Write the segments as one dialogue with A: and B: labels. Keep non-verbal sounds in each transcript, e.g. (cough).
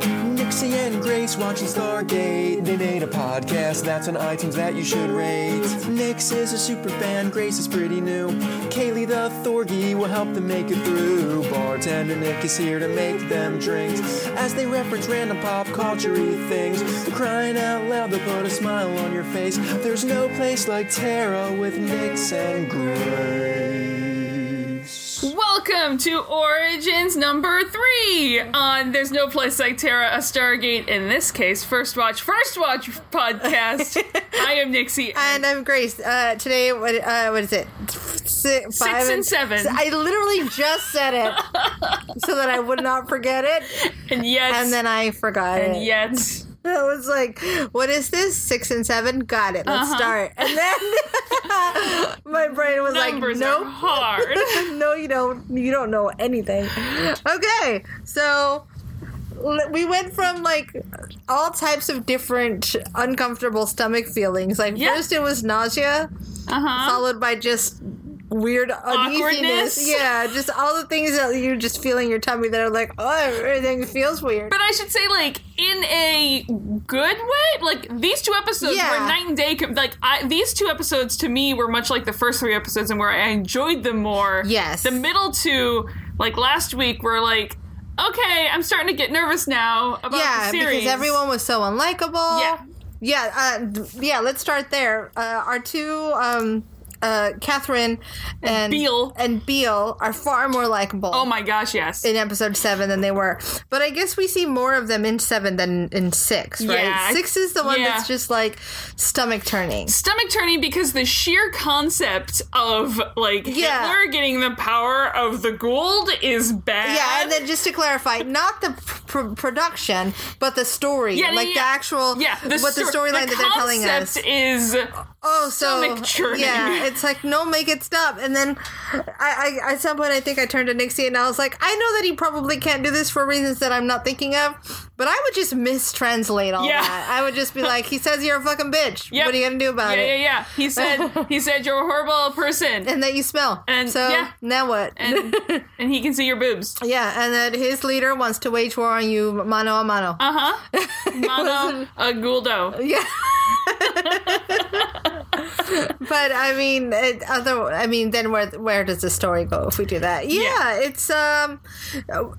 A: Jesse and Grace watching Stargate. They made a podcast that's on iTunes that you should rate. Nix is a super fan, Grace is pretty new. Kaylee the Thorgy will help them make it through. Bartender Nick is here to make them drinks as they reference random pop culture things. Crying out loud, they'll put a smile on your face. There's no place like Tara with Nix and Grace.
B: Welcome to Origins number three on There's No Place Like Terra, a Stargate, in this case, First Watch, First Watch
C: (laughs)
B: podcast. I am Nixie.
C: And I'm Grace. Uh, today, what, uh, what is it? Six,
B: and seven.
C: I literally just
B: (laughs)
C: said it so that I would not forget it,
B: and yet,
C: and then I forgot
B: and
C: it.
B: yet,
C: I was like, "What is this? Six and seven? Got it. Let's
B: Uh-huh.
C: start." And then (laughs) my brain was
B: numbers
C: like,
B: are
C: "Nope, (laughs)
B: hard. Uh-huh.
C: no, you don't. You don't know anything." Okay, so l- we went from like all types of different uncomfortable stomach feelings. Like
B: Yeah.
C: first, it was nausea.
B: Uh-huh.
C: followed by just weird uneasiness.
B: Awkwardness.
C: Yeah, just all the things that you're just feeling your tummy that are like, oh, everything feels weird.
B: But I should say, like, in a good way, like, these two episodes
C: Yeah.
B: were night and day. Com- like, I, these two episodes to me were much like the first three episodes and where I enjoyed them more.
C: Yes.
B: The middle two, like last week, were like, okay, I'm starting to get nervous now about
C: yeah,
B: the series.
C: because everyone was so unlikable.
B: Yeah.
C: Yeah, uh, th- yeah. Let's start there. Uh, our two, um, uh, Catherine and
B: Beale.
C: and Beale are far more likable.
B: Oh my gosh, yes.
C: in episode seven than they were. But I guess we see more of them in seven than in six, right?
B: Yeah.
C: Six is the one
B: Yeah.
C: that's just like stomach turning.
B: Stomach turning because the sheer concept of like
C: Yeah.
B: Hitler getting the power of the Gould is bad.
C: Yeah, and then just to clarify, not the pr- pr- production, but the story,
B: Yeah, yeah,
C: like
B: yeah.
C: the actual,
B: yeah, the
C: what the
B: stor-
C: storyline that they're telling us.
B: concept is
C: Oh, so
B: stomach churning. (laughs)
C: yeah, it's like no, make it stop. And then I, I, at some point, I think I turned to Nixie and I was like, I know that he probably can't do this for reasons that I'm not thinking of, but I would just mistranslate all
B: Yeah.
C: that. I would
B: (laughs)
C: just be like, he says you're a fucking bitch.
B: Yep.
C: What are you gonna do about
B: yeah,
C: it?
B: yeah, yeah. He
C: (laughs)
B: said he said you're a horrible person,
C: And that you smell.
B: And-
C: so
B: yeah.
C: now what?
B: and and he can see your boobs.
C: (laughs) yeah, and that his leader wants to wage war on you, mano a mano.
B: Uh
C: (laughs)
B: huh. Mono a Gouldo.
C: Yeah. but I mean, it, other. I mean, then where where does the story go if we do that? Yeah,
B: Yeah.
C: it's um,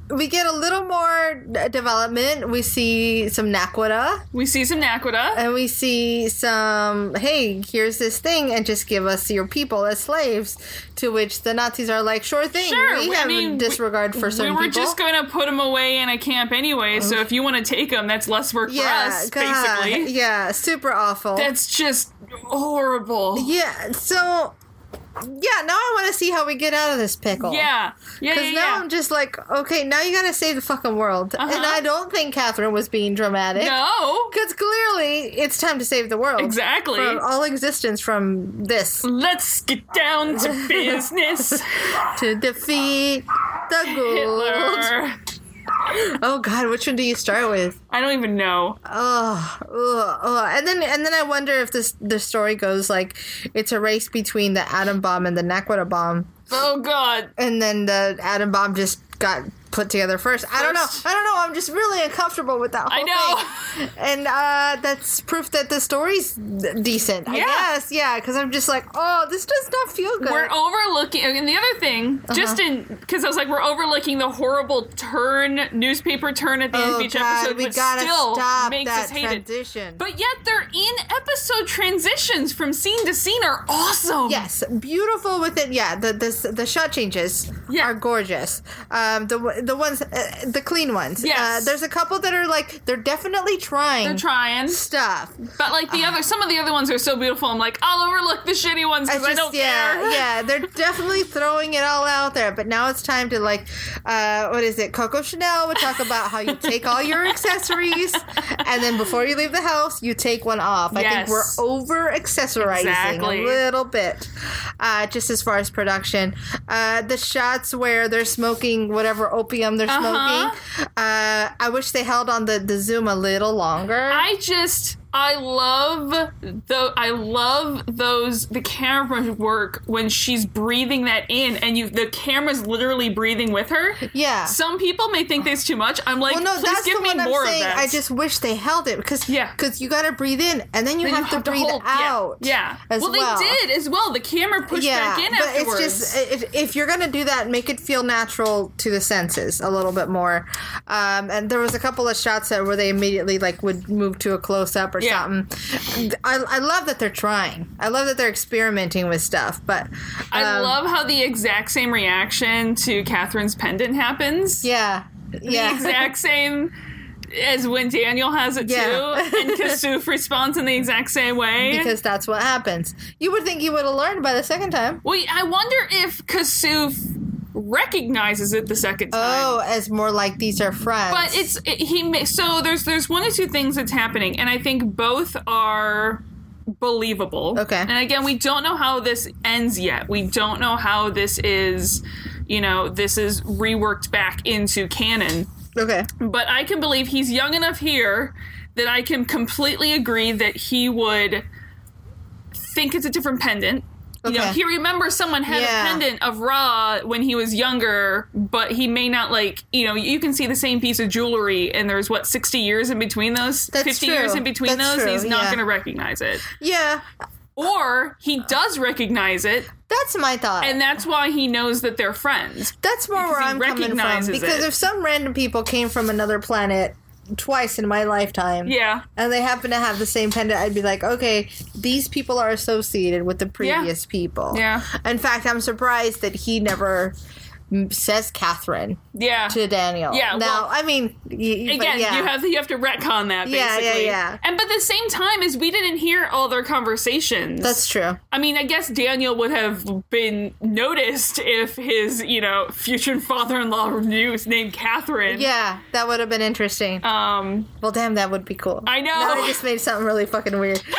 C: we get a little more d- development. We see some Nakwada,
B: We see some Nakwada.
C: and we see some. Hey, here's this thing, and just give us your people as slaves. To which the Nazis are like, sure thing.
B: Sure,
C: we
B: I
C: have
B: mean,
C: a disregard for
B: We
C: certain
B: were
C: people. Oh.
B: just going to put them away in a camp anyway, so if you want to take them, that's less work
C: yeah,
B: for us,
C: God,
B: basically.
C: (laughs) yeah, super awful.
B: That's just horrible. Yeah.
C: Yeah, so yeah, now I want to see how we get out of this pickle.
B: Yeah, yeah,
C: Because
B: yeah.
C: now I'm just like, okay, now you gotta save the fucking world. And
B: Uh-huh.
C: I don't think Catherine was being dramatic.
B: no.
C: Because clearly it's time to save the world.
B: Exactly.
C: From all existence from this
B: Let's get down
C: (laughs)
B: to business.
C: to defeat the
B: (laughs)
C: gold.
B: Hitler.
C: (laughs) Oh god, which one do you start with?
B: I don't even know.
C: Oh, oh, oh. and then and then I wonder if this the story goes like it's a race between the atom bomb and the Nakwada bomb.
B: Oh god.
C: and then the atom bomb just got put together first. I don't know.
B: First.
C: I don't know. I'm just really uncomfortable with that whole
B: I know.
C: thing. And uh, that's proof that the story's d- decent. I
B: Yeah.
C: guess. Yeah, because I'm just like, oh, this does not feel good. (laughs)
B: We're overlooking, and the other thing, just
C: Uh-huh.
B: in because I was like, we're overlooking the horrible turn, newspaper turn at the end
C: oh,
B: of each
C: God,
B: episode,
C: we
B: which
C: gotta
B: still
C: stop
B: makes
C: that
B: us hate it.
C: transition.
B: But yet, their in episode transitions from scene to scene are awesome.
C: Yes, beautiful with it. Yeah, the the, the shot changes
B: Yeah.
C: are gorgeous. Um, the the ones, uh, the clean ones.
B: Yes.
C: Uh, there's a couple that are like they're definitely trying
B: They're trying,
C: stuff.
B: but like
C: Uh-huh.
B: the other, some of the other ones are so beautiful. I'm like, I'll overlook the shitty ones
C: I
B: because I,
C: just
B: don't
C: yeah
B: care. (laughs)
C: yeah they're definitely throwing it all out there but now it's time to like uh, what is it Coco Chanel would talk about how you take all your
B: (laughs)
C: accessories and then before you leave the house you take one off I think
B: Yes.
C: we're over accessorizing
B: Exactly.
C: a little bit uh, just as far as production uh, the shots where they're smoking whatever opium they're
B: Uh-huh.
C: smoking uh, I wish they held on the, the zoom a little longer
B: I just. I love the I love those the camera work when she's breathing that in and you the camera's literally breathing with her.
C: Yeah.
B: Some people may think that's too much. I'm like,
C: Well, no,
B: please
C: that's
B: give
C: the
B: me
C: one I'm
B: more
C: saying.
B: of that.
C: I just wish they held it because
B: Yeah.
C: because you got to breathe in and then you,
B: Then
C: have, to breathe
B: hold- yeah,
C: out.
B: Yeah.
C: as
B: well,
C: well.
B: they did as well. The camera pushed back in
C: but
B: afterwards.
C: it's just if, if you're gonna do that, make it feel natural to the senses a little bit more. Um, and there was a couple of shots that where they immediately like would move to a close up or
B: Yeah.
C: something. I, I love that they're trying. I love that they're experimenting with stuff. But
B: I
C: um,
B: love how the exact same reaction to Catherine's pendant happens.
C: yeah, yeah,
B: The
C: (laughs)
B: exact same as when Daniel has it
C: Yeah. (laughs)
B: too, and Kasuf responds in the exact same way.
C: because that's what happens. You would think you would have learned by the second time.
B: Wait, I wonder if Kasuf recognizes it the second time.
C: Oh, as more like these are friends.
B: But it's it, he ma- so there's there's one or two things that's happening, and I think both are believable.
C: Okay.
B: And again, we don't know how this ends yet. We don't know how this is, you know, this is reworked back into canon.
C: okay.
B: But I can believe he's young enough here that I can completely agree that he would think it's a different pendant. You know,
C: Okay.
B: he remembers someone had
C: Yeah.
B: a pendant of Ra when he was younger, but he may not like, you know, you can see the same piece of jewelry and there's what, 60 years in between those?
C: That's
B: 50
C: true.
B: years in between
C: That's
B: those?
C: true,
B: He's not
C: yeah.
B: going to recognize it.
C: Yeah,
B: Or he does recognize it,
C: that's my thought.
B: and that's why he knows that they're friends.
C: That's more where
B: he
C: I'm coming from
B: recognizes
C: because
B: it.
C: if some random people came from another planet twice in my lifetime,
B: Yeah.
C: and they happen to have the same pendant, I'd be like, okay, these people are associated with the previous people.
B: Yeah.
C: In fact, I'm surprised that he never mm, says Catherine
B: Yeah.
C: to Daniel.
B: Yeah,
C: Now,
B: well-
C: I mean, y- y- but
B: again
C: yeah.
B: you have you have to retcon that
C: Yeah, yeah,
B: basically
C: yeah.
B: and but the same time is we didn't hear all their conversations
C: That's true.
B: i mean i guess daniel would have been noticed if his you know future father-in-law knew was named catherine
C: Yeah, that would have been interesting.
B: um
C: Well, damn, that would be cool.
B: I know.
C: Now I just made something really fucking weird. (laughs)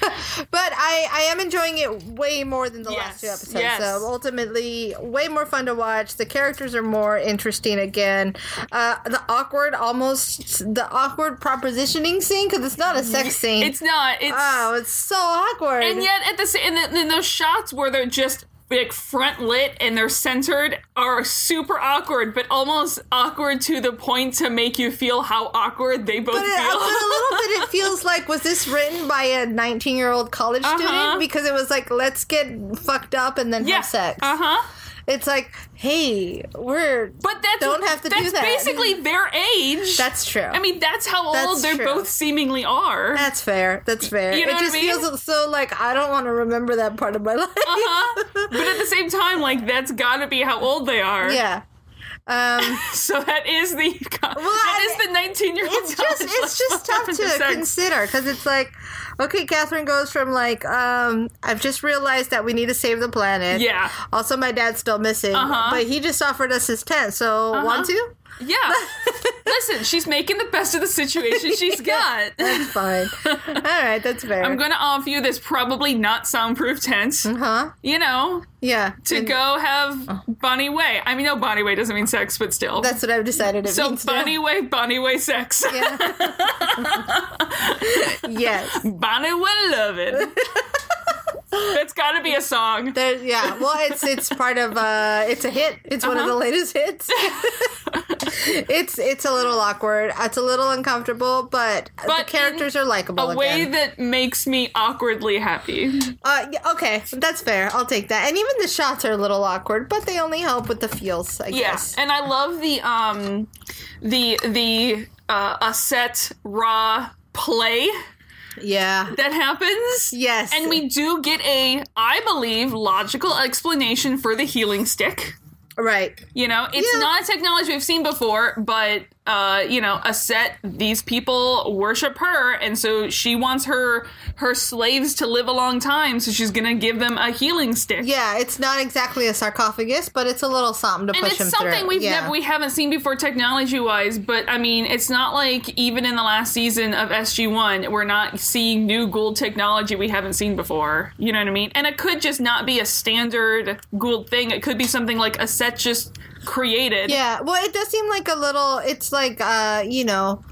C: but I, I am enjoying it way more than the last two
B: Yes,
C: episodes.
B: yes.
C: So ultimately, way more fun to watch. The characters are more interesting again. Uh, the awkward, almost the awkward propositioning scene because it's not a sex scene.
B: it's not it's
C: oh, it's so awkward.
B: and yet at the sa- and then then those shots where they're just like front lit and they're centered are super awkward but almost awkward to the point to make you feel how awkward they both
C: But it-
B: feel
C: but a little bit, it feels like was this written by a 19 year old college
B: Uh-huh.
C: student? Because it was like, let's get fucked up and
B: (laughs)
C: then
B: yeah
C: have sex.
B: uh-huh
C: It's like, hey, we're
B: But that's
C: Don't have to do
B: that's
C: that.
B: basically their age.
C: that's true.
B: I mean, that's how
C: That's
B: old they
C: true.
B: both seemingly are.
C: that's fair. That's fair.
B: You know
C: it
B: what I
C: just
B: mean?
C: feels so like I don't want to remember that part of my (laughs) life.
B: (laughs) Uh-huh. but at the same time, like that's got to be how old they are.
C: yeah. Um,
B: (laughs) So that is the (laughs) that
C: I-
B: is the nineteen year old.
C: it's just
B: (laughs)
C: it's just tough to consider because it's like, okay, Catherine goes from like, um, I've just realized that we need to save the planet.
B: Yeah.
C: Also, my dad's still missing,
B: Uh-huh.
C: but he just offered us his tent. So want to?
B: yeah.
C: (laughs)
B: Listen, she's making the best of the situation she's got.
C: That's fine. All right, that's
B: (laughs)
C: fair.
B: I'm gonna offer you this probably not soundproof tent.
C: huh?
B: You know,
C: Yeah.
B: to go
C: Oh.
B: have Bonnie Way. I mean, no, Bonnie Way doesn't mean sex, but still.
C: That's what I've decided. It
B: so
C: means now.
B: Bonnie Way, Bonnie Way sex. (laughs)
C: Yeah. (laughs) yes.
B: Bonnie will love it.
C: (laughs)
B: That's got to be a song.
C: There, yeah. Well, it's it's part of uh, it's a hit. It's one of
B: Uh-huh.
C: the
B: (laughs)
C: latest hits. it's it's a little awkward. It's a little uncomfortable, but,
B: But in
C: the characters are likable
B: A way
C: again.
B: that makes me awkwardly happy.
C: uh, yeah, okay, that's fair. I'll take that. And even the shots are a little awkward, but they only help with the feels, I
B: Yes,
C: guess.
B: and I love the um, the the uh, a set raw play
C: Yeah.
B: that happens.
C: Yes.
B: and we do get a, I believe, logical explanation for the healing stick.
C: Right.
B: You know, it's
C: Yeah.
B: not a technology we've seen before, but uh, you know, a set these people worship her, and so she wants her her slaves to live a long time, so she's gonna give them a healing stick.
C: Yeah, it's not exactly a sarcophagus, but it's a little something to
B: And
C: push him
B: it's something
C: through.
B: we've
C: yeah.
B: never we haven't seen before technology wise, but I mean it's not like even in the last season of SG one, we're not seeing new Gould technology we haven't seen before. You know what I mean? And it could just not be a standard Gould thing. It could be something like a set just created.
C: Yeah, well, it does seem like a little. It's like uh, you know,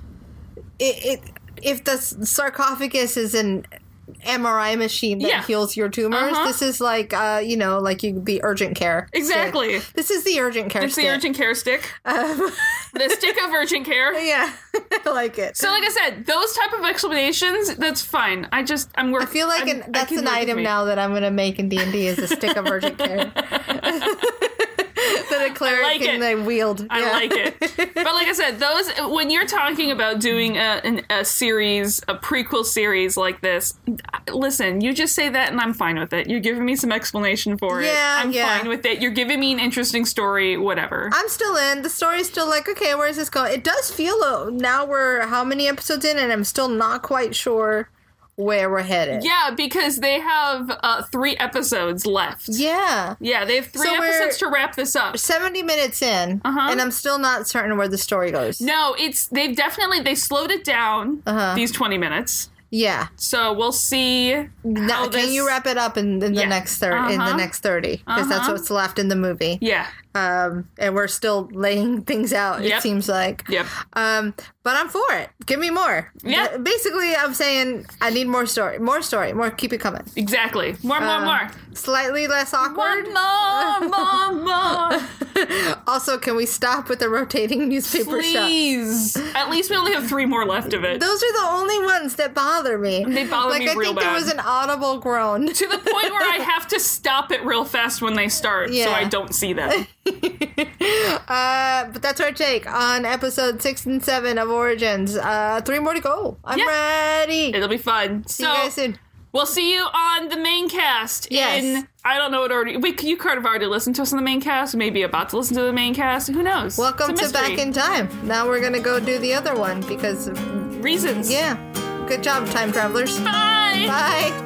C: it. it if the s- sarcophagus is an MRI machine that
B: Yeah.
C: heals your tumors,
B: Uh-huh.
C: this is like uh, you know, like you the urgent care. stick.
B: Exactly.
C: This is the urgent care.
B: It's the
C: stick.
B: urgent care stick. (laughs)
C: Um,
B: the stick of urgent care.
C: (laughs) Yeah, I like it.
B: So, like I said, those type of explanations, that's fine. I just, I'm
C: I
B: working.
C: feel like an, that's an item now that I'm gonna make in D and D is a stick of
B: (laughs)
C: urgent care (laughs) that a cleric
B: like
C: can
B: it.
C: like, wield.
B: I
C: Yeah.
B: like
C: (laughs)
B: it. But like I said, those when you're talking about doing a, an, a series, a prequel series like this, listen, you just say that and I'm fine with it. You're giving me some explanation for
C: Yeah,
B: it. I'm
C: yeah.
B: fine with it. You're giving me an interesting story, whatever.
C: I'm still in. The story's still like, okay, where's this going? It does feel uh, now we're how many episodes in, and I'm still not quite sure where we're headed.
B: yeah, because they have uh, three episodes left.
C: Yeah.
B: Yeah, they have three
C: So we're-
B: episodes to wrap this up.
C: 70 minutes in,
B: Uh-huh.
C: and I'm still not certain where the story goes.
B: No, it's they've definitely they slowed it down
C: Uh-huh.
B: these 20 minutes.
C: Yeah.
B: So we'll see.
C: Now,
B: how
C: can
B: this-
C: you wrap it up in, in the
B: Yeah.
C: next 30 in the
B: Uh-huh.
C: next 30 because that's
B: Uh-huh.
C: what's left in the movie.
B: Yeah.
C: Um and we're still laying (laughs) things out it
B: Yep.
C: seems like.
B: Yep.
C: Um but I'm for it. Give me more.
B: Yeah.
C: Ba- Basically I'm saying I need more story, more story, more keep it coming.
B: Exactly. More, more,
C: Um,
B: more.
C: Slightly less
B: One more,
C: awkward.
B: more, more.
C: (laughs) Also, can we stop with the rotating (laughs) newspaper shot?
B: Please. At least we only have three more left of it.
C: Those are the only ones that bother me.
B: They bother
C: like,
B: me
C: I
B: real
C: think there
B: bad.
C: was an
B: (laughs)
C: audible groan.
B: to the point where
C: (laughs)
B: I have to stop it real fast when they start
C: Yeah.
B: so I don't see them.
C: Uh, but that's our take on episode six and seven of Origins. Uh, three more to go. I'm
B: Yeah.
C: ready.
B: It'll be fun.
C: (laughs) See
B: so
C: you guys soon.
B: we'll see you on the main cast
C: Yes.
B: in I don't know what already we you could have already listened to us on the main cast, maybe about to listen to the main cast. Who knows?
C: Welcome
B: It's a
C: to Back
B: mystery.
C: in Time. Now we're gonna go do the other one because,
B: reasons.
C: yeah, good job, time travelers.
B: Bye.
C: Bye.